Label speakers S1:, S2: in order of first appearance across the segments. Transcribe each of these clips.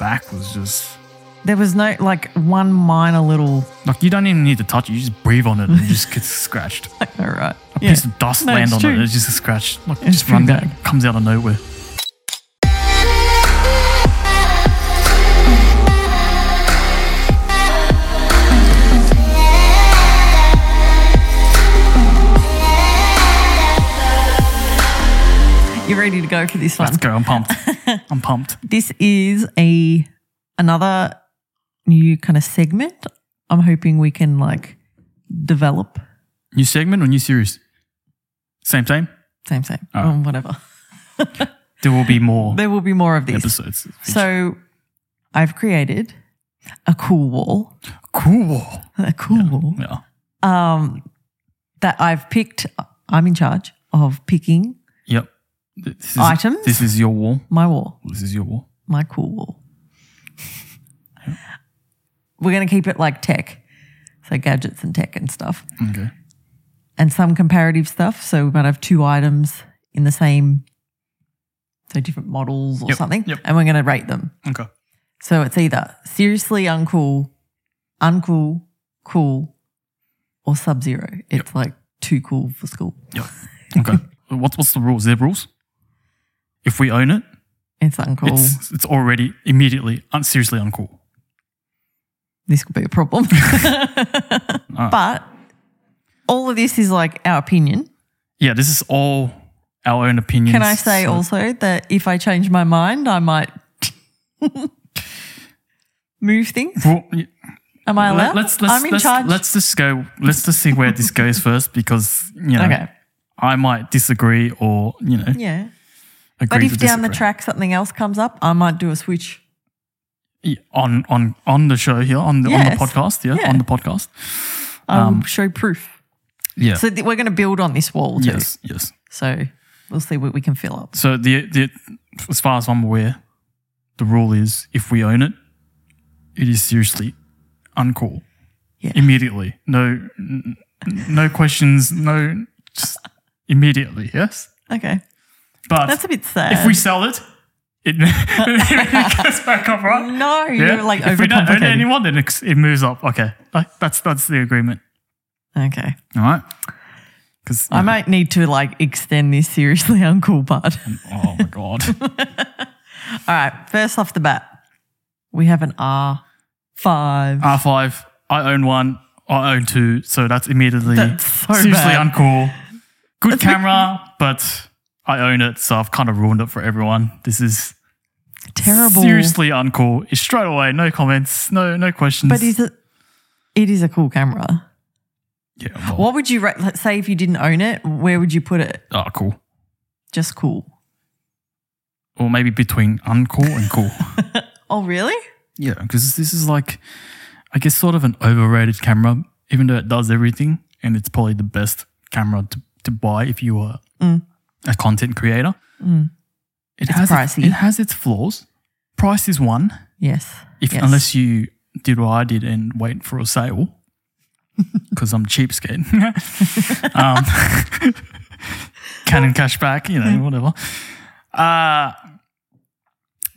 S1: back was just
S2: There was no like one minor little.
S1: like you don't even need to touch it. You just breathe on it and it just gets scratched. A
S2: All right.
S1: piece of dust
S2: No,
S1: land
S2: it's
S1: on it.
S2: true.
S1: It's just a scratch. Like it
S2: It's
S1: just runs
S2: true,
S1: out,
S2: Dad.
S1: comes out of nowhere.
S2: You're ready to go for this one.
S1: Let's go. I'm pumped. I'm pumped.
S2: This is a another new kind of segment. I'm hoping we can like develop.
S1: New segment or new series? Same time.
S2: Same, same.
S1: Oh.
S2: Um, whatever.
S1: There will be more
S2: There will be more of these.
S1: episodes.
S2: So I've created a cool wall.
S1: cool.
S2: A cool wall.
S1: Yeah.
S2: um, that I've picked. I'm in charge of picking
S1: Yep. This is,
S2: Items?
S1: This is your wall.
S2: my wall,
S1: This is your wall.
S2: my cool wall. We're going to keep it like tech, so gadgets and tech and stuff,
S1: Okay.
S2: and some comparative stuff. So we might have two items in the same, so different models or
S1: Yep,
S2: something,
S1: yep.
S2: and we're going to rate them.
S1: Okay.
S2: So it's either seriously uncool, uncool, cool, or sub zero. It's like too cool for school.
S1: Yep. Okay. what's what's the rules? Is there rules? If we own it,
S2: It's uncool.
S1: it's it's already immediately un- seriously uncool.
S2: this could be a problem.
S1: Ah.
S2: But all of this is like our opinion.
S1: Yeah, this is all our own opinions.
S2: Can I say
S1: So-
S2: also that if I change my mind, I might move things?
S1: Well, y-
S2: Am I allowed?
S1: let, us let's
S2: I'm in
S1: let's,
S2: charge.
S1: let's just go. Let's just see where this goes first, because you know
S2: okay.
S1: I might disagree or you know
S2: Yeah.
S1: agree.
S2: But
S1: to
S2: if down the
S1: disagree.
S2: track something else comes up, I might do a switch.
S1: Yeah, on on on the show here on the on the
S2: Yes.
S1: podcast, yeah,
S2: Yeah.
S1: on the podcast,
S2: I
S1: Um,
S2: will Um, show proof.
S1: yeah,
S2: So th- we're going to build on this wall too.
S1: yes, yes.
S2: So we'll see what we can fill up.
S1: So the the as far as I'm aware, the rule is if we own it, it is seriously uncool.
S2: Yeah.
S1: Immediately. No n- n- no questions, no just immediately, yes?
S2: Okay.
S1: But
S2: That's a bit sad.
S1: if we sell it, it, it goes back up, right?
S2: no, Mm, you're like
S1: if we don't own it
S2: overcomplicating.
S1: anymore, then it's- it moves up. Okay. Like, That's that's the agreement.
S2: Okay.
S1: All right. Because
S2: I might need to like extend this seriously uncool part.
S1: oh my god,
S2: All right, first off the bat, we have an R5.
S1: R five. I own one. I own two. So that's immediately
S2: That's so
S1: seriously
S2: bad.
S1: uncool. Good camera, but I own it, so I've kind of ruined it for everyone. This is
S2: Terrible.
S1: seriously uncool. It's straight away. No comments. No no questions.
S2: But is it, it is a cool camera.
S1: yeah, well,
S2: What would you, ra- let's say if you didn't own it, where would you put it?
S1: Oh, cool.
S2: Just cool.
S1: Or maybe between uncool and cool.
S2: Oh, really?
S1: yeah, because this is like, I guess, sort of an overrated camera, even though it does everything, and it's probably the best camera to, to buy if you are a content creator. It has
S2: pricey.
S1: Its, it has its flaws. Price is one,
S2: Yes.
S1: if
S2: yes.
S1: unless you did what I did and wait for a sale, because I'm cheapskate. um, Canon cashback, you know, whatever. Uh,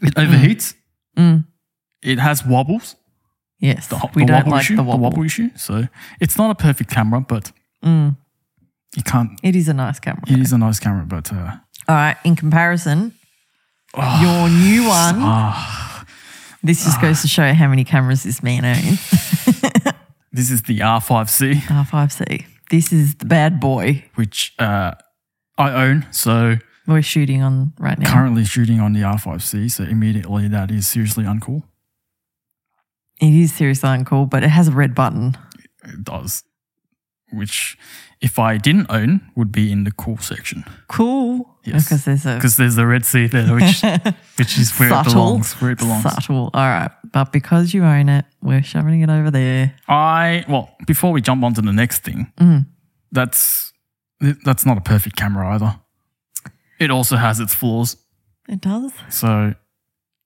S1: it
S2: Mm.
S1: overheats. It has wobbles
S2: yes.
S1: the,
S2: Mm. we
S1: the
S2: don't
S1: wobble
S2: like
S1: issue,
S2: the wobble. Mm.
S1: issue. So it's not a perfect camera, but you can't.
S2: It is a nice camera.
S1: It is a nice camera, but uh,
S2: All right, in comparison, your new one. ah. this just goes to show how many cameras this man owns.
S1: this is the R5C,
S2: R5C. This is the bad boy
S1: which uh, I own. So
S2: we're shooting on right now.
S1: currently shooting on the R5C. So immediately that is seriously uncool.
S2: It is seriously uncool, but it has a red button.
S1: It does, which if I didn't own, would be in the cool section
S2: Cool.
S1: Yes.
S2: Because there's a
S1: because there's the red sea there, which which is where it
S2: Subtle.
S1: belongs. Where it belongs.
S2: subtle. All right. But because you own it, we're shoving it over there.
S1: I well, before we jump on to the next thing,
S2: Mm.
S1: that's that's not a perfect camera either. It also has its flaws.
S2: It does.
S1: So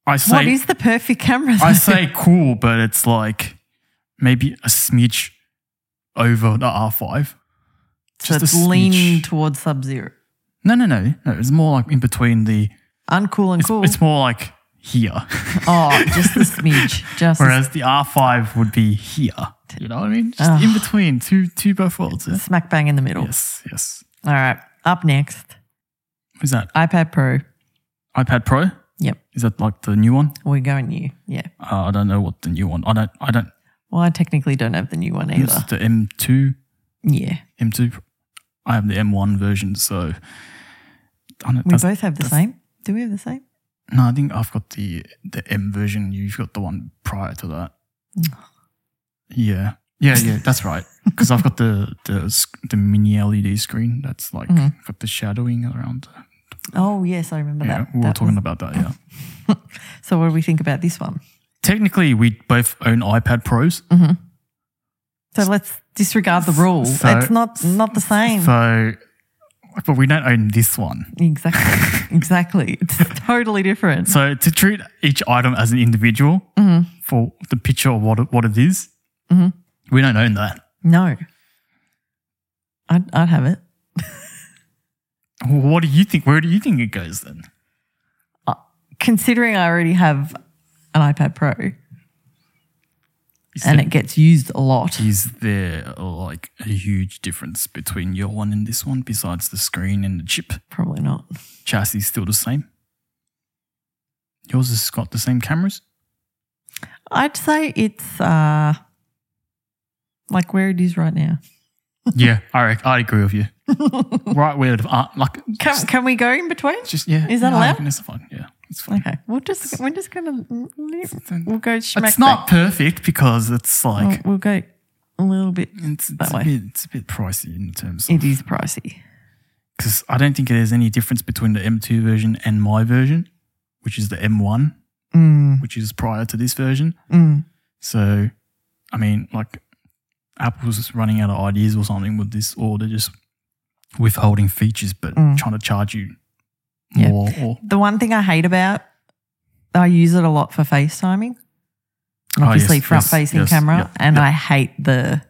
S1: I say
S2: what is the perfect camera?
S1: I
S2: though?
S1: say cool, but it's like maybe a smidge over the R5. just
S2: so
S1: a
S2: it's leaning
S1: smidge.
S2: towards sub zero.
S1: No, no, no, no. It's more like in between the.
S2: Uncool and
S1: It's,
S2: cool.
S1: it's more like here,
S2: Oh, just a smidge. Just a
S1: whereas the R5 would be here. You know what I mean? Just
S2: Ah.
S1: in between two two both worlds. Yeah?
S2: smack bang in the middle.
S1: Yes, yes.
S2: All right. Up next,
S1: Is that
S2: iPad Pro.
S1: iPad Pro?
S2: Yep.
S1: Is that like the new one?
S2: We're going new. Yeah.
S1: Uh, I don't know what the new one. I don't. I don't.
S2: Well, I technically don't have the new one
S1: It's
S2: either.
S1: the M2
S2: Yeah.
S1: M2. I have the M1 version, so I don't,
S2: We
S1: that's-
S2: both have the same. Do we have the same?
S1: no, I think I've got the the M version. You've got the one prior to that. Yeah, yeah, yeah. That's right. Because I've got the the sc- the mini LED screen that's like got the shadowing around.
S2: Oh, yes. I remember
S1: Yeah,
S2: that.
S1: we were
S2: That
S1: talking
S2: was-
S1: about that. Yeah.
S2: so, what do we think about this one?
S1: Technically, we both own iPad Pros,
S2: So, let's disregard the rule.
S1: So-
S2: it's not not the same.
S1: so but we don't own this one.
S2: exactly. exactly. It's totally different.
S1: So to treat each item as an individual for the picture of what it, what it is, we don't own that.
S2: No. I'd, I'd have it.
S1: What do you think? Where do you think it goes then?
S2: Considering I already have an iPad Pro
S1: Is
S2: and
S1: there-
S2: it gets used a lot.
S1: is there like a huge difference between your one and this one besides the screen and the chip?
S2: Probably not.
S1: Chassis is still the same. Yours has got the same cameras.
S2: I'd say it's uh, like where it is right now.
S1: yeah, I rec- I agree with you. right where the uh, like
S2: Can, can we go in between?
S1: just yeah.
S2: Is that
S1: yeah, I
S2: allowed?
S1: reckon It's fine. Yeah, it's fine.
S2: Okay, we'll just we're just gonna we'll go. Schmack
S1: It's not perfect because it's
S2: bang.
S1: like
S2: We'll go a little bit.
S1: It's, it's, a
S2: Oh. way.
S1: bit, it's a bit pricey in terms of
S2: It is pricey.
S1: because I don't think there's any difference between the M2 version and my version, which is the M1,
S2: Mm,
S1: which is prior to this version. So, I mean, like Apple's just running out of ideas or something with this, or they're just withholding features but trying to charge you
S2: Yeah.
S1: more. Or
S2: The one thing I hate about I use it a lot for FaceTiming.
S1: yes,
S2: Obviously,
S1: Oh, yes,
S2: front facing
S1: yes,
S2: camera,
S1: yeah,
S2: and
S1: yeah.
S2: I hate the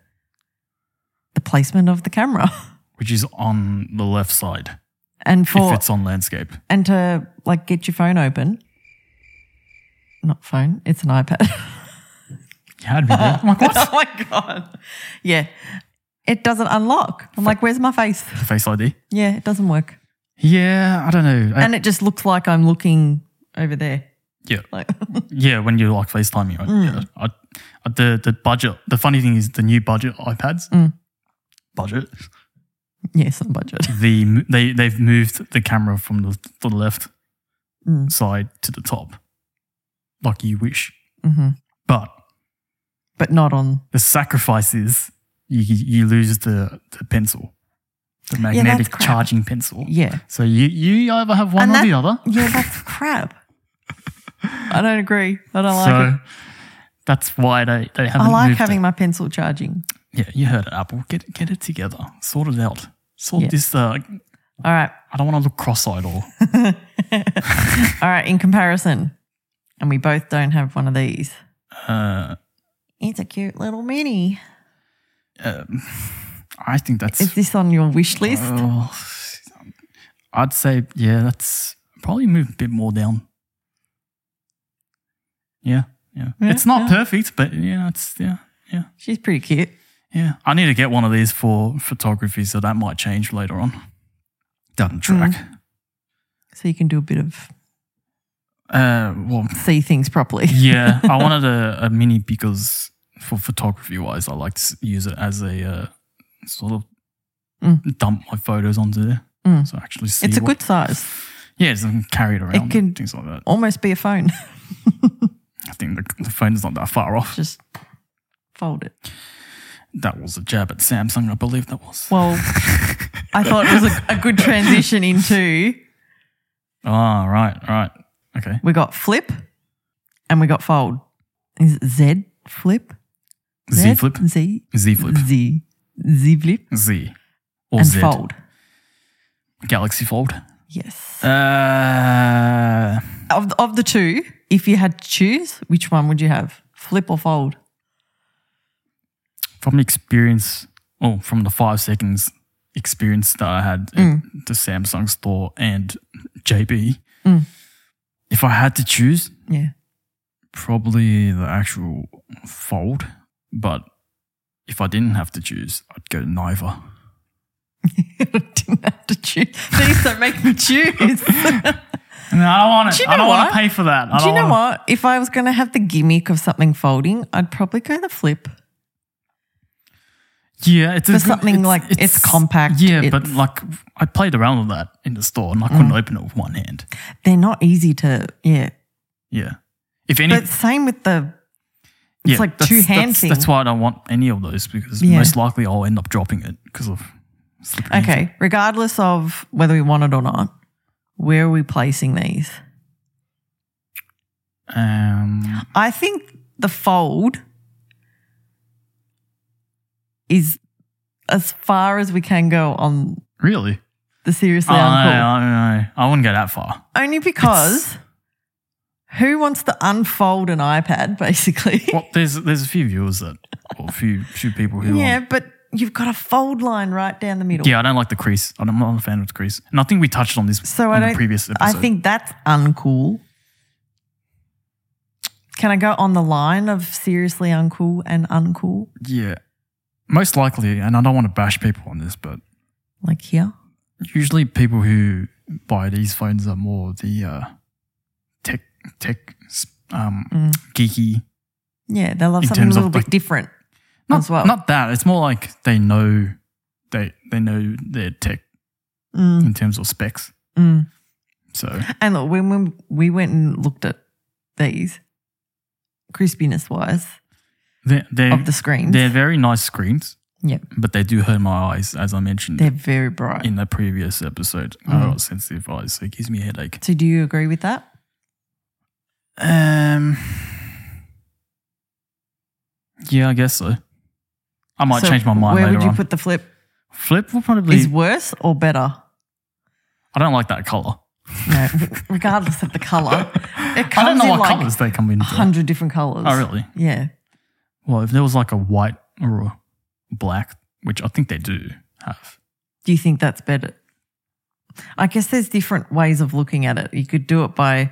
S2: the placement of the camera.
S1: which is on the left side
S2: And for
S1: if it's on landscape.
S2: and to like get your phone open. Not phone, it's an iPad.
S1: You had me there. I'm like, what?
S2: oh my god. Yeah. It doesn't unlock. I'm like, where's my face?
S1: The Face ID.
S2: Yeah, it doesn't work.
S1: Yeah, I don't know. I-
S2: And it just looks like I'm looking over there.
S1: yeah.
S2: Like
S1: Yeah, when you like FaceTiming, right? Yeah. I, I, the the budget. The funny thing is the new budget iPads. Budget.
S2: yes, on budget.
S1: The they they've moved the camera from the, the left
S2: Mm.
S1: side to the top, like you wish. But
S2: Mm-hmm. But not on
S1: the sacrifice is you you lose the the pencil, the
S2: that's
S1: magnetic
S2: crap.
S1: charging pencil.
S2: Yeah.
S1: So you you either have one
S2: And
S1: or
S2: that-
S1: the other.
S2: Yeah, that's crap. I don't agree. I don't like
S1: so
S2: it.
S1: that's why they they haven't.
S2: I like
S1: moved it.
S2: having my pencil charging.
S1: Yeah, you heard it, Apple. Get get it together. Sort it out. Sort
S2: Yeah.
S1: this. Uh,
S2: All right.
S1: I don't want to look cross-eyed or
S2: All right, in comparison. And we both don't have one of these.
S1: uh,
S2: It's a cute little mini.
S1: um, I think that's.
S2: Is this on your wish list?
S1: oh, I'd say yeah. That's probably move a bit more down. Yeah, yeah. it's not perfect, but yeah, it's yeah, yeah,
S2: She's pretty cute.
S1: yeah. I need to get one of these for photography, so that might change later on. Down the
S2: Hmm.
S1: track.
S2: So you can do a bit of
S1: Uh, well,
S2: see things properly.
S1: Yeah, I wanted a, a mini because for photography wise, I like to s- use it as a uh, sort of dump my photos onto there. So I actually, see
S2: Hmm. It's a
S1: what-
S2: good size.
S1: yeah. So I can carry it around,
S2: can-
S1: and things like that.
S2: Almost be a phone.
S1: I think the, the phone is not that far off.
S2: Just fold it.
S1: That was a jab at Samsung, I believe that was.
S2: Well, I thought it was a, a good transition into
S1: Ah, right, right, okay.
S2: we got flip and we got fold. Is it Z flip?
S1: Z flip,
S2: Z.
S1: Z flip,
S2: Z. Z flip.
S1: Z or
S2: and
S1: Z
S2: fold.
S1: Galaxy Fold.
S2: Yes.
S1: Uh,
S2: of, the, of the two, if you had to choose, which one would you have? Flip or fold?
S1: from the experience, oh, from the five seconds experience that I had
S2: Mm. Mm.
S1: at the Samsung store and JB, if I had to choose,
S2: Yeah.
S1: probably the actual fold, but if I didn't have to choose, I'd go neither.
S2: Didn't have to choose. Please don't make me choose.
S1: No, I don't want it.
S2: Do you
S1: I don't
S2: know
S1: want
S2: what?
S1: to pay for that. I
S2: Do you
S1: don't
S2: know
S1: wanna-
S2: what? If I was going to have the gimmick of something folding, I'd probably go the flip.
S1: Yeah, it's a
S2: For
S1: good-
S2: something like- it's compact,
S1: Yeah, but
S2: it's-
S1: like I played around with that in the store and I couldn't
S2: Mm.
S1: open it with one hand.
S2: They're not easy to, yeah.
S1: Yeah, if any,
S2: But same with the, it's
S1: yeah,
S2: like
S1: that's-
S2: two hand
S1: that's,
S2: thing.
S1: That's why I don't want any of those because
S2: Yeah.
S1: most likely I'll end up dropping it because of slippery.
S2: okay, regardless of whether we want it or not, where are we placing these?
S1: Um,
S2: I think the fold is as far as we can go on
S1: really?
S2: the seriously
S1: Oh, no, no,
S2: uncool.
S1: no, no. I wouldn't go that far.
S2: Only because who wants to unfold an iPad, basically?
S1: Well, there's there's a few viewers that, or a few few people who.
S2: yeah,
S1: Yeah.
S2: but you've got a fold line right down the middle.
S1: yeah, I don't like the crease. I'm not a fan of the crease, and I think we touched on this
S2: So
S1: on
S2: I don't.
S1: the previous episode.
S2: I think that's uncool. Can I go on the line of seriously uncool and uncool,
S1: yeah, most likely, and I don't want to bash people on this, but
S2: like here?
S1: usually people who buy these phones are more the uh, tech tech um,
S2: Mm.
S1: geeky.
S2: Yeah, they love
S1: In
S2: something a
S1: terms of,
S2: little bit
S1: like-
S2: different
S1: Not
S2: as well.
S1: not that. It's more like they know they they know their tech
S2: Mm,
S1: in terms of specs.
S2: mm.
S1: So
S2: And look, when, when we went and looked at these, crispiness wise
S1: they're they're,
S2: of the screens,
S1: they're
S2: they're,
S1: very nice screens.
S2: Yep.
S1: but they do hurt my eyes, as I mentioned.
S2: very bright.
S1: in the previous episode.
S2: Mm.
S1: I got sensitive eyes, so it gives me a headache.
S2: so, do you agree with that?
S1: Um, yeah, I guess so. I might
S2: So
S1: change my mind
S2: Where
S1: later
S2: would you
S1: on.
S2: put the flip?
S1: Flip will probably.
S2: Is worse or better?
S1: I don't like that color.
S2: No, regardless of the color, it
S1: I don't
S2: comes
S1: know
S2: in
S1: what
S2: like
S1: colors they come in.
S2: a hundred different colors.
S1: Oh, really?
S2: Yeah.
S1: Well, if there was like a white or a black, which I think they do have.
S2: Do you think that's better? I guess there's different ways of looking at it. You could do it by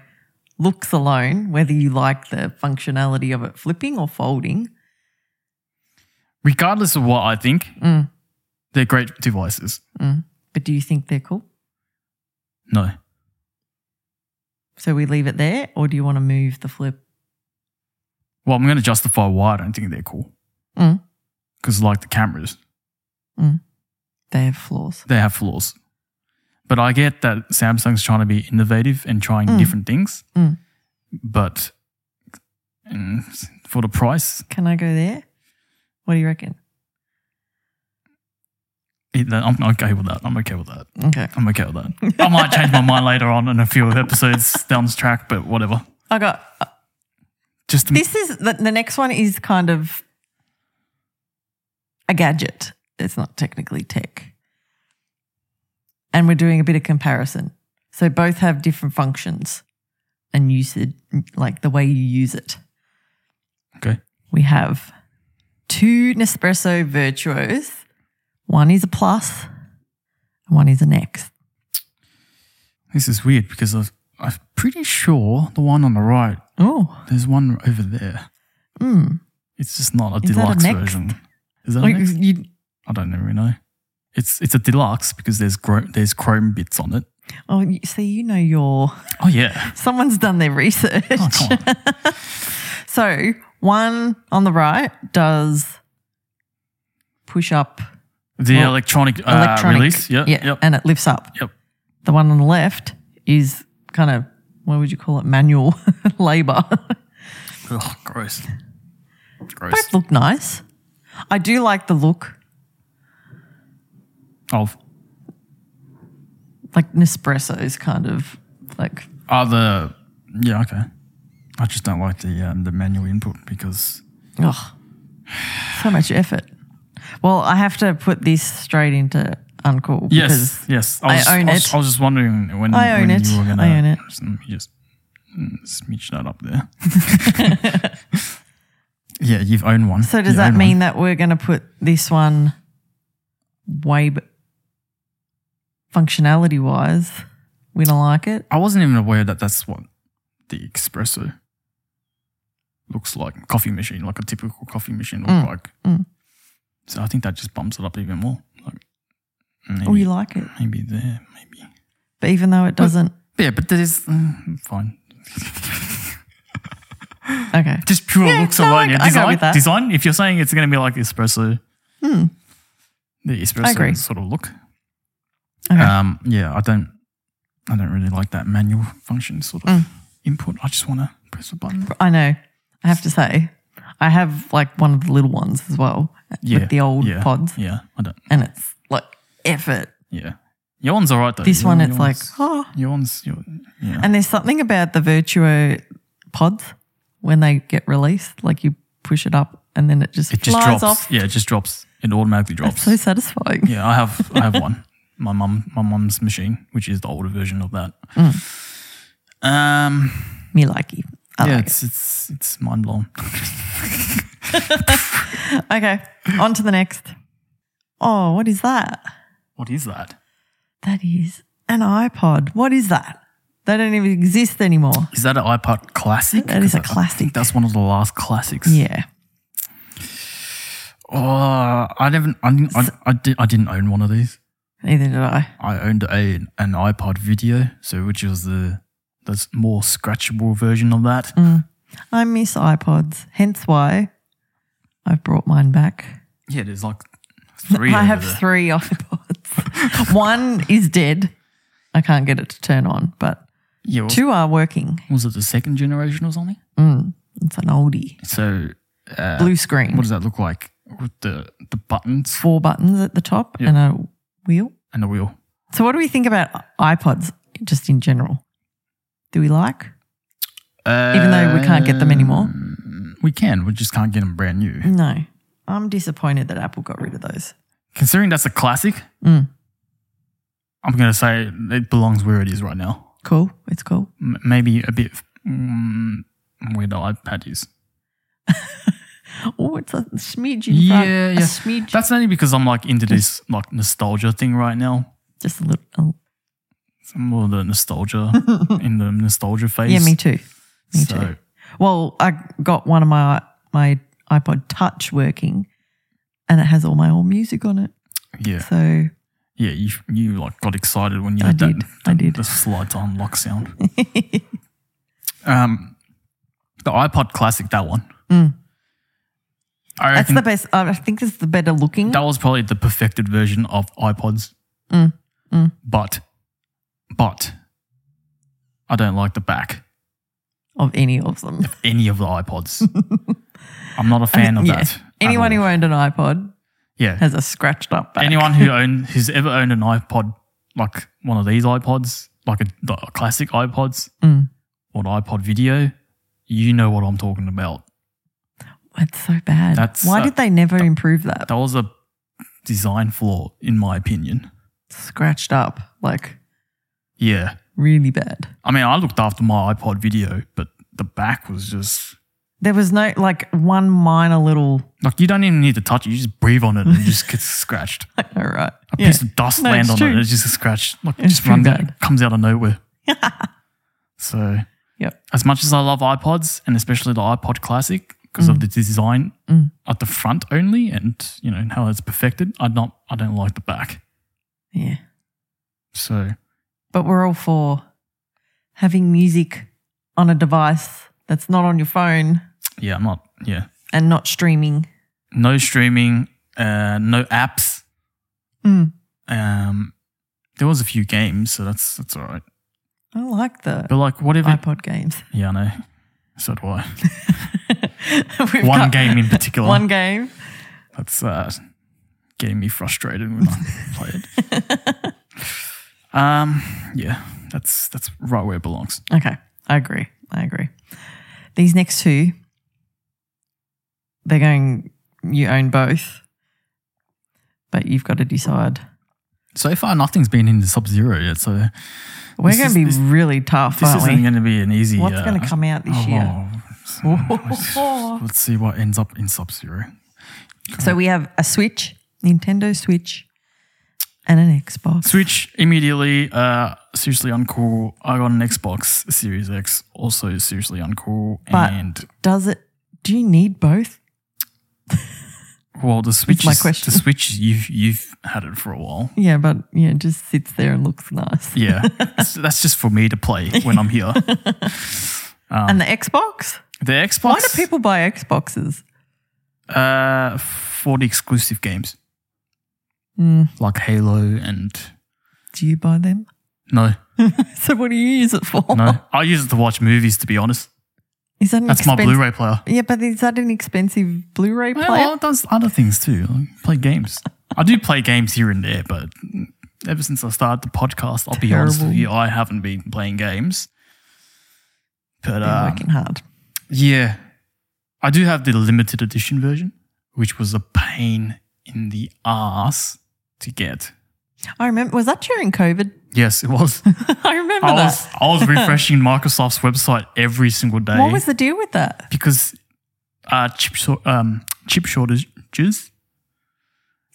S2: looks alone, whether you like the functionality of it flipping or folding.
S1: Regardless of what I think,
S2: Mm.
S1: they're great devices.
S2: But do you think they're cool?
S1: No,
S2: So we leave it there, or do you want to move the flip?
S1: Well, I'm going to justify why I don't think they're cool.
S2: Mm.
S1: Because, like the cameras,
S2: They have flaws.
S1: they have flaws. But I get that Samsung's trying to be innovative and trying
S2: Mm.
S1: different things.
S2: Mm.
S1: But mm, for the price,
S2: Can I go there? What do you reckon?
S1: it- I'm okay with that. I'm okay with that.
S2: Okay.
S1: I'm okay with that. I might change my mind later on in a few episodes down the track, but whatever.
S2: I got
S1: Just to,
S2: This is the, the next one is kind of a gadget. It's not technically tech. And we're doing a bit of comparison. So both have different functions and usage, like the way you use it.
S1: okay.
S2: We have two Nespresso Virtuos. One is a plus, and one is an X.
S1: This is weird because I've, I'm pretty sure the one on the right,
S2: Oh,
S1: there's one over there.
S2: mm.
S1: It's just not a
S2: Is that a
S1: deluxe
S2: next?
S1: version. Is that a
S2: Like,
S1: next?
S2: Oh, you-
S1: I don't really know. It's it's a deluxe because there's gro- there's chrome bits on it.
S2: oh, you see, you know your
S1: Oh yeah,
S2: Someone's done their research.
S1: Oh, come
S2: so one on the right does push up
S1: the
S2: Well,
S1: electronic, uh,
S2: electronic
S1: release. Yep,
S2: yeah,
S1: yep,
S2: and it lifts up.
S1: yep.
S2: The one on the left is kind of what would you call it? Manual labor.
S1: Ugh, gross, gross.
S2: Both look nice. I do like the look,
S1: Of
S2: like Nespresso's kind of like
S1: other, yeah, okay. I just don't like the um, the manual input because
S2: Oh, so much effort. Well, I have to put this straight into uncool. because-
S1: yes, yes. I,
S2: I
S1: was,
S2: own
S1: I was,
S2: it.
S1: I was just wondering when,
S2: I own
S1: when
S2: it.
S1: you were gonna.
S2: I own it.
S1: Just, let me just mm, smidge that up there. yeah, you've owned one.
S2: So does
S1: You
S2: that
S1: own one.
S2: mean that we're going to put this one way b- functionality wise? We don't like it.
S1: I wasn't even aware that that's what the espresso looks like coffee machine, like a typical coffee machine look
S2: Mm,
S1: like.
S2: mm.
S1: So I think that just bumps it up even more. Like maybe,
S2: Oh, you like it.
S1: maybe there, maybe.
S2: But even though it doesn't.
S1: Yeah, but there's mm, fine.
S2: Okay.
S1: Just pure
S2: Yeah,
S1: looks
S2: no,
S1: alone.
S2: I-
S1: yeah.
S2: I go
S1: Design,
S2: with that.
S1: design. If you're saying it's going to be like espresso,
S2: Hmm.
S1: the espresso
S2: agree.
S1: sort of look.
S2: Okay.
S1: Um, yeah, I don't, I don't really like that manual function sort of
S2: Mm.
S1: input. I just want to press a button.
S2: I know. I have to say, I have like one of the little ones as well
S1: Yeah,
S2: with the old
S1: yeah,
S2: pods,
S1: Yeah, I don't.
S2: and it's like effort.
S1: Yeah, your one's all right though.
S2: This
S1: Your-
S2: one,
S1: your
S2: it's like
S1: one's-
S2: oh,
S1: your one's your. Yeah,
S2: and there's something about the Virtuo pods when they get released. Like you push it up, and then it just
S1: it just
S2: flies
S1: drops.
S2: off.
S1: Yeah, it just drops. It automatically drops.
S2: It's so satisfying.
S1: yeah, I have I have one. My mum my mum's machine, which is the older version of that.
S2: Mm.
S1: Um
S2: Me like you. I
S1: yeah,
S2: like
S1: it's it's it's mind blowing.
S2: it. Okay, on to the next. Oh, what is that?
S1: What is that?
S2: That is an iPod. What is that? They don't even exist anymore.
S1: Is that an iPod classic?
S2: That is a
S1: 'Cause I- I think
S2: classic.
S1: that's one of the last classics.
S2: Yeah.
S1: Oh, I never I didn't I, I, did, I didn't own one of these.
S2: Neither did I.
S1: I owned a an iPod video, so which was the the s- more scratchable version of that.
S2: I miss iPods, hence why I've brought mine back.
S1: Yeah, there's like three.
S2: I
S1: over
S2: have
S1: there.
S2: three iPods. One is dead. I can't get it to turn on, but
S1: Yeah, well,
S2: two are working.
S1: was it the second generation or something?
S2: Mm, it's an oldie.
S1: So
S2: Blue screen.
S1: Uh, What does that look like with the the buttons
S2: Four buttons at the top
S1: Yeah.
S2: and a wheel.
S1: and the wheel?
S2: So, what do we think about iPods just in general? Do we like? Even though we can't get them anymore?
S1: Um, we can. We just can't get them brand new.
S2: No. I'm disappointed that Apple got rid of those.
S1: Considering that's a classic,
S2: Mm.
S1: I'm gonna say it belongs where it is right now.
S2: Cool. It's cool.
S1: M- maybe a bit mm, where the iPad is.
S2: Oh, it's a smidge in front.
S1: Yeah,
S2: A
S1: yeah.
S2: smidge.
S1: That's only because I'm like into this like nostalgia thing right now.
S2: just a little. a
S1: Some more of the nostalgia in the nostalgia phase.
S2: Yeah, me too. Me
S1: so,
S2: too. Well, I got one of my my iPod Touch working, and it has all my old music on it.
S1: Yeah,
S2: So
S1: yeah. You you like got excited when you
S2: I
S1: had that,
S2: did. I did.
S1: the slide to unlock sound. Um, the iPod Classic, that one.
S2: Mm.
S1: I
S2: that's
S1: reckon
S2: the best. I think it's the better looking.
S1: that was probably the perfected version of iPods.
S2: Mm, mm.
S1: But, but, I don't like the back
S2: of any of them.
S1: of any of the iPods. I'm not a fan of
S2: yeah.
S1: that. at
S2: Anyone
S1: all.
S2: who owned an iPod
S1: yeah,
S2: has a scratched up back.
S1: anyone who owned who's ever owned an iPod, like one of these iPods, like a, the classic iPods
S2: Mm.
S1: or an iPod Video, you know what I'm talking about.
S2: It's so bad.
S1: That's,
S2: Why
S1: uh,
S2: did they never improve that?
S1: That was a design flaw, in my opinion.
S2: Scratched up, like
S1: Yeah.
S2: really bad.
S1: I mean, I looked after my iPod video, but the back was just
S2: There was no like one minor little.
S1: like you don't even need to touch it. You just breathe on it and it just gets scratched.
S2: All right.
S1: A
S2: Yeah.
S1: piece of dust
S2: No,
S1: land
S2: it's
S1: on
S2: true.
S1: it and it's just scratched. Like it
S2: It's
S1: just runs
S2: true,
S1: out,
S2: though.
S1: comes out of nowhere. so,
S2: Yep.
S1: as much as I love iPods and especially the iPod Classic because
S2: Mm.
S1: of the design at the front only and you know how it's perfected, I not I don't like the back.
S2: Yeah.
S1: So
S2: but we're all for having music on a device that's not on your phone
S1: yeah, I'm not yeah.
S2: and not streaming.
S1: no streaming, uh, no apps.
S2: Mm.
S1: Um, there was a few games, so that's that's all right.
S2: I like the
S1: But like whatever,
S2: iPod games.
S1: yeah, I know. So do I.
S2: We've
S1: One
S2: got
S1: game in particular
S2: One game.
S1: that's uh, getting me frustrated when I play it. Um, yeah, that's that's right where it belongs.
S2: Okay, I agree. I agree. These next two, they're going. You own both, but you've got to decide.
S1: So far, nothing's been in the sub zero yet. So
S2: We're
S1: This
S2: going
S1: is-
S2: to be
S1: this-
S2: really tough,
S1: this
S2: aren't
S1: isn't
S2: we?
S1: going to be an easy.
S2: What's
S1: uh,
S2: going to come out this
S1: oh,
S2: year?
S1: well, let's see what ends up in sub zero.
S2: So we have a Switch, Nintendo Switch, and an Xbox.
S1: Switch immediately. Uh, seriously uncool. I got an Xbox Series X, also seriously uncool.
S2: But-
S1: and
S2: Does it Do you need both?
S1: Well, the switch.
S2: my
S1: is-
S2: question.
S1: The switch. You've you've had it for a while.
S2: Yeah, but yeah, it just sits there and looks nice.
S1: Yeah, that's, that's just for me to play when I'm here.
S2: and the Xbox?
S1: The Xbox.
S2: Why do people buy Xboxes?
S1: Uh, for the exclusive games
S2: Hmm.
S1: like Halo and
S2: Do you buy them?
S1: no,
S2: So what do you use it for?
S1: no. I use it to watch movies. To be honest,
S2: Is that an
S1: that's my
S2: expensive-
S1: Blu-ray player.
S2: Yeah, but is that an expensive Blu-ray player?
S1: Well, it does other things too. Like, play games. I do play games here and there, but ever since I started the podcast, I'll be honest with
S2: Terrible.
S1: you, I haven't been playing games. But
S2: They're
S1: um,
S2: working hard.
S1: yeah, I do have the limited edition version, which was a pain in the ass to get.
S2: I remember. Was that during COVID?
S1: Yes, it was.
S2: I remember
S1: I
S2: that.
S1: was I was refreshing Microsoft's website every single day.
S2: what was the deal with that?
S1: because uh, chip shor- um, chip shortages.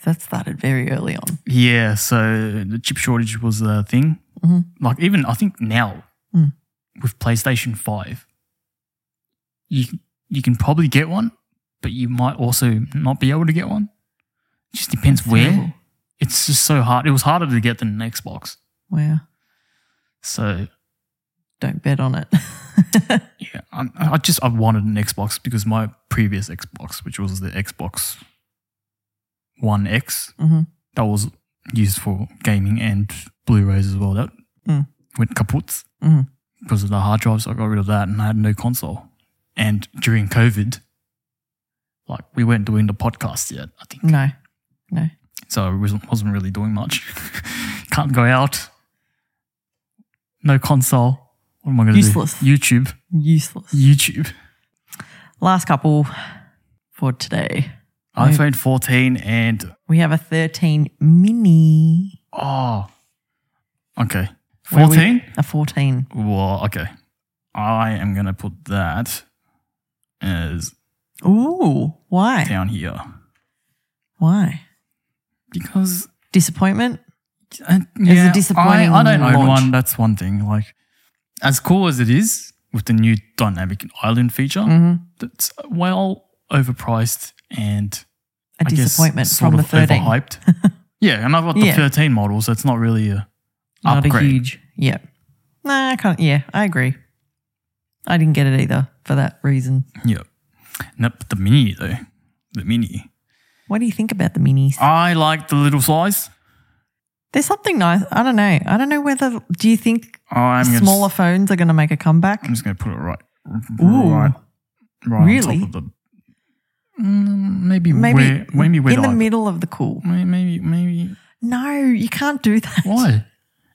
S2: That started very early on.
S1: Yeah, so the chip shortage was a thing.
S2: Mhm.
S1: Like even I think now
S2: Mm.
S1: with PlayStation Five, you you can probably get one, but you might also not be able to get one. It just depends
S2: That's
S1: where.
S2: terrible.
S1: It's just so hard. It was harder to get than an Xbox.
S2: Wow.
S1: So
S2: Don't bet on it.
S1: yeah, I, I just I wanted an Xbox because my previous Xbox, which was the Xbox One X,
S2: Mhm.
S1: that was used for gaming and Blu-rays as well. That
S2: Mm.
S1: went kaput
S2: Mhm.
S1: because of the hard drives. I got rid of that, and I had no console. And during COVID, like we weren't doing the podcast yet. I think
S2: no, no.
S1: so. I wasn't, wasn't really doing much. Can't go out. No console. What am I going to do?
S2: Useless.
S1: YouTube.
S2: Useless.
S1: YouTube.
S2: Last couple for today. Right.
S1: iPhone 14 and
S2: We have a 13 mini.
S1: oh, okay,
S2: Where we-
S1: 14.
S2: A 14.
S1: Well, okay, I am gonna put that as
S2: Ooh, why?
S1: down here
S2: Why?
S1: because
S2: Disappointment?
S1: uh,
S2: a disappointing
S1: I, I don't own
S2: launch.
S1: one. That's one thing. Like as cool as it is with the new dynamic island feature,
S2: Mm-hmm.
S1: that's well overpriced and
S2: A
S1: I guess
S2: disappointment
S1: sort
S2: from the
S1: of
S2: 13.
S1: overhyped. yeah, and I've got the
S2: Yeah.
S1: 13 model, so it's not really a
S2: Not a
S1: upgrade.
S2: huge. Yeah. No, I can't. Yeah, I agree. I didn't get it either for that reason.
S1: Yeah. No, but the mini though. The mini.
S2: What do you think about the minis?
S1: I like the little size.
S2: There's something nice. I don't know. I don't know whether. Do you think
S1: I'm gonna
S2: smaller
S1: s-
S2: phones are going to make a comeback?
S1: I'm just gonna put it right.
S2: Ooh.
S1: right, right
S2: Really?
S1: on top of the Mm, maybe
S2: Maybe
S1: where, maybe where
S2: in the
S1: the,
S2: middle of the cool.
S1: maybe maybe maybe
S2: No, you can't do that.
S1: why?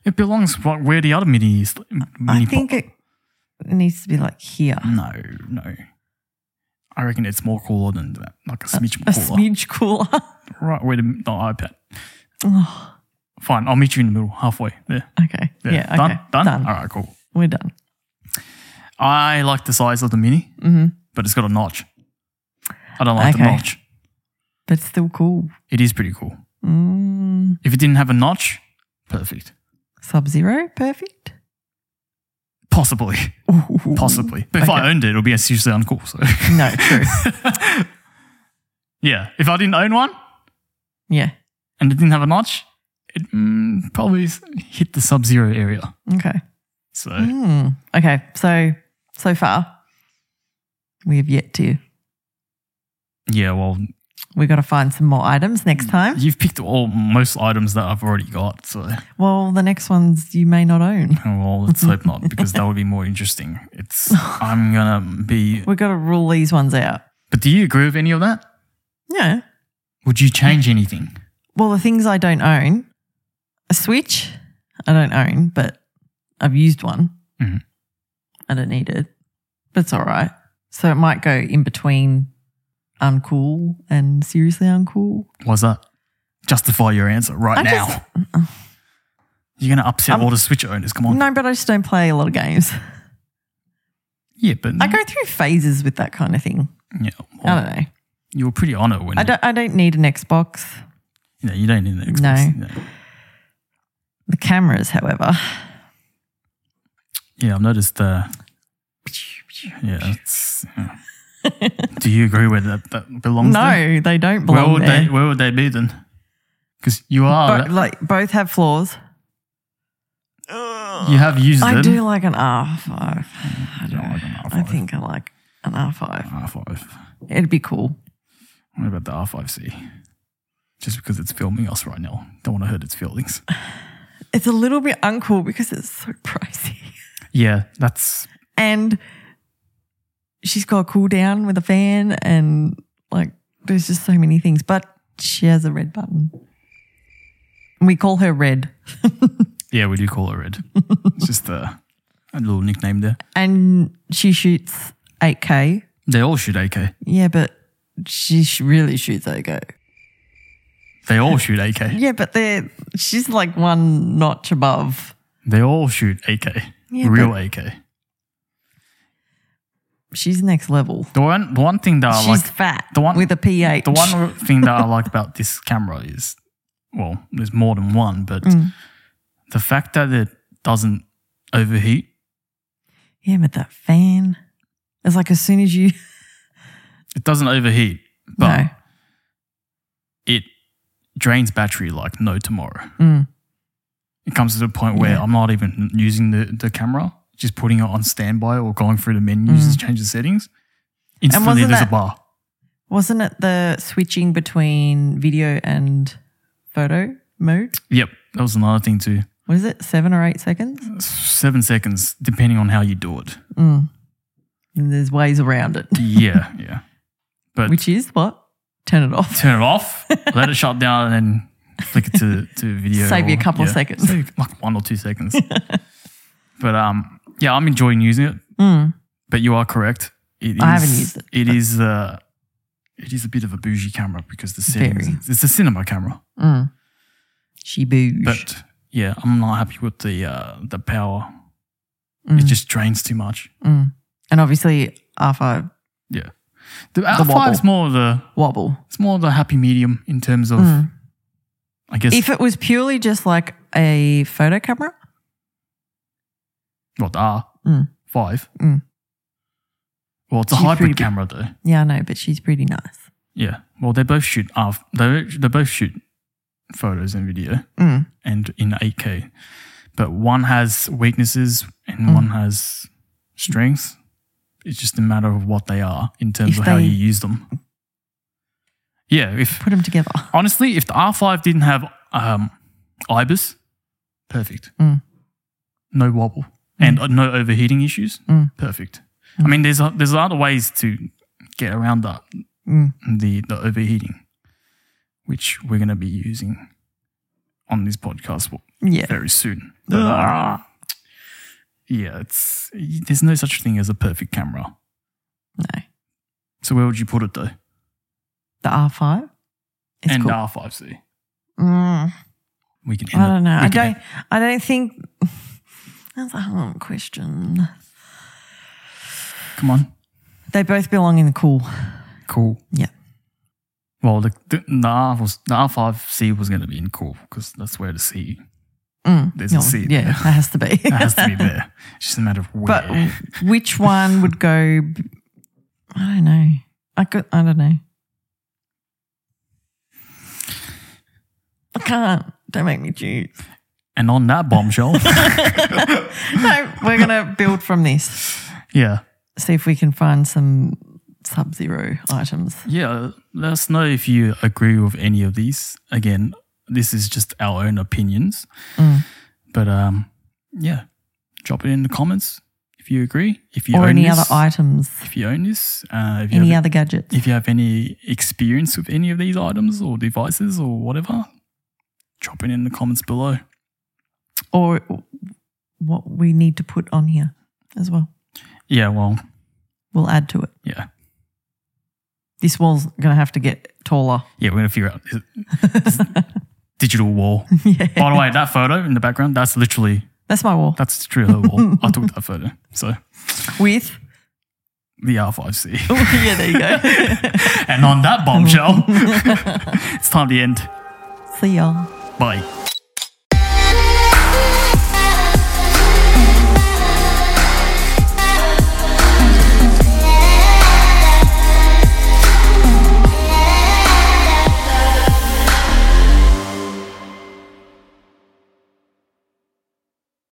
S1: It belongs like where the other mini is.
S2: I
S1: Mini
S2: think it needs to be like here.
S1: pop- no, no. I reckon it's more cooler than that, like a smidge
S2: A
S1: cooler.
S2: smidge cooler.
S1: right where the, the iPad.
S2: Oh,
S1: Fine, I'll meet you in the middle, halfway there.
S2: okay. Yeah.
S1: there. done,
S2: okay.
S1: done.
S2: Done.
S1: All right, cool.
S2: We're done.
S1: I like the size of the mini,
S2: Mhm.
S1: but it's got a notch. I don't like the
S2: Okay.
S1: notch.
S2: But it's still cool.
S1: It is pretty cool.
S2: Mm,
S1: If it didn't have a notch, perfect.
S2: Sub zero, perfect.
S1: Possibly, possibly. But if I
S2: Okay.
S1: owned it, it'll be a seriously uncool. So,
S2: No, true.
S1: yeah, if I didn't own one
S2: yeah.
S1: and it didn't have a notch, it mm, probably s- hit the sub-zero area.
S2: Okay.
S1: So,
S2: Mm. Okay. So so far, we have yet to.
S1: yeah, well,
S2: We got to find some more items next time.
S1: you've picked all most items that I've already got. So,
S2: Well, the next ones you may not own.
S1: well, let's hope not, because that would be more interesting. It's I'm gonna be
S2: We've got to rule these ones out.
S1: But do you agree with any of that?
S2: Yeah.
S1: Would you change anything?
S2: Well, the things I don't own, a Switch, I don't own, but I've used one.
S1: Mhm.
S2: I don't need it, but it's all right. So it might go in between uncool and seriously uncool.
S1: Why's that? Justify your answer right
S2: I
S1: now.
S2: just- uh,
S1: You're going to upset
S2: I'm-
S1: all the Switch owners. Come on.
S2: No, but I just don't play a lot of games.
S1: Yeah, but
S2: I go through phases with that kind of thing.
S1: yeah,
S2: I
S1: well,
S2: don't know.
S1: you were pretty on it when
S2: I don't. I don't need an Xbox.
S1: you, know, you don't need an Xbox. No.
S2: The cameras, however,
S1: Yeah, I've noticed. Uh, yeah, it's, yeah. Do you agree with that? That belongs. there?
S2: no, they don't
S1: Where
S2: belong
S1: would
S2: there.
S1: they? Where would they be then? Because you
S2: Bo-
S1: are.
S2: like both have flaws.
S1: you have used
S2: I
S1: them.
S2: do like an R five. I
S1: don't
S2: don't
S1: like an
S2: I
S1: R5.
S2: think I like an R five.
S1: R five.
S2: It'd be cool.
S1: What about the R five C? Just because it's filming us right now. Don't want to hurt its feelings.
S2: It's a little bit uncool because it's so pricey.
S1: Yeah, that's
S2: And she's got a cool down with a fan and like there's just so many things. But she has a red button. And we call her red.
S1: yeah. We do call it red. it's just a, a little nickname there.
S2: And she shoots eight K.
S1: They all shoot AK.
S2: Yeah, but she sh- really shoots okay.
S1: They all shoot AK.
S2: Yeah, but they're she's like one notch above.
S1: They all shoot AK.
S2: Yeah,
S1: Real AK.
S2: She's next level.
S1: The one, the one thing that I
S2: she's
S1: Oh, like,
S2: fat
S1: the one-
S2: with a pH.
S1: the one thing that I like about this camera is, well, there's more than one, but
S2: Mm.
S1: the fact that it doesn't overheat.
S2: Yeah, but that fan. It's like as soon as you
S1: It doesn't overheat, but
S2: no.
S1: it drains battery like no tomorrow.
S2: Mm.
S1: It comes to the point where I'm not even using the, the camera, just putting it on standby or going through the menus to change the settings. Instantly,
S2: Mm. wasn't
S1: there's a
S2: that-
S1: bar.
S2: Wasn't it the switching between video and photo mode?
S1: Yep, that was another thing too.
S2: What is it? Seven or eight seconds?
S1: Seven seconds, depending on how you do it.
S2: Mm. And there's ways around it,
S1: Yeah, yeah. But
S2: which is what? Turn it off.
S1: turn it off, let it shut down, and then flick it to, to video.
S2: Save you a couple of
S1: yeah,
S2: seconds.
S1: save like one or two seconds. but um, yeah, I'm enjoying using it.
S2: Mm.
S1: But you are correct. It
S2: I haven't used it,
S1: It is uh, it is a bit of a bougie camera because the settings.
S2: Very.
S1: It's a cinema camera,
S2: Mm. She boosh.
S1: but yeah, I'm not happy with the uh, the power. It
S2: Mm.
S1: just drains too much.
S2: Mm. And obviously R5
S1: Yeah, the
S2: wobble.
S1: R5 is more the
S2: wobble.
S1: it's more the happy medium in terms of
S2: Mm.
S1: I guess
S2: If it was purely just like a photo camera,
S1: what the R
S2: Mm.
S1: five.
S2: Mm.
S1: Well, it's a
S2: She's pretty
S1: hybrid
S2: big.
S1: camera though.
S2: yeah, I know, but she's pretty nice.
S1: Yeah. Well, they both shoot R. They they both shoot photos and video
S2: Mm.
S1: and in 8K, but one has weaknesses and
S2: Mm.
S1: one has strengths. It's just a matter of what they are in terms
S2: If
S1: of how
S2: they-
S1: you use them. Yeah. If
S2: Put them together.
S1: honestly, if the R5 didn't have um, IBIS, perfect.
S2: Mm.
S1: No wobble and uh, no overheating issues.
S2: Mm.
S1: Perfect. I mean, there's there's other ways to get around that Hmm.
S2: Mm.
S1: the the overheating, which we're going to be using on this podcast w-
S2: Yeah.
S1: very soon. But, uh, yeah, it's there's no such thing as a perfect camera.
S2: No.
S1: So where would you put it though?
S2: The R5? It's
S1: and uh,
S2: cool.
S1: R5C. Hmm.
S2: Mm.
S1: We can. End
S2: I don't know.
S1: It. we
S2: I
S1: can
S2: don't I don't think that's a hard question.
S1: come on.
S2: They both belong in the cool.
S1: Cool.
S2: Yeah.
S1: Well, the the, the R was the R5C was going to be in cool because that's where the C
S2: Mm.
S1: There's a
S2: No,
S1: seat Uh-huh.
S2: Yeah,
S1: there.
S2: that has to be.
S1: it has to be there. It's just a matter of where.
S2: but which one would go b- I don't know. I could I don't know. I can't. Don't make me choose.
S1: and on that bombshell,
S2: No, we're gonna build from this.
S1: yeah.
S2: See if we can find some sub zero items.
S1: Yeah, let us know if you agree with any of these. Again, this is just our own opinions.
S2: Mm.
S1: But um, yeah, drop it in the comments if you agree. If you
S2: Or
S1: own
S2: any
S1: this,
S2: other items.
S1: if you own this, uh, if you
S2: Any
S1: have,
S2: other gadgets.
S1: if you have any experience with any of these items or devices or whatever, drop it in the comments below.
S2: Or what we need to put on here as well.
S1: Yeah, well,
S2: We'll add to it.
S1: yeah,
S2: This wall's gonna have to get taller.
S1: yeah. We're gonna figure out this- this digital wall.
S2: yeah.
S1: By the way, that photo in the background, that's literally
S2: That's my wall.
S1: that's truly her wall. I took that photo, so
S2: With
S1: the R5C.
S2: yeah, there you go.
S1: And on that bombshell, it's time to end.
S2: See y'all.
S1: Bye.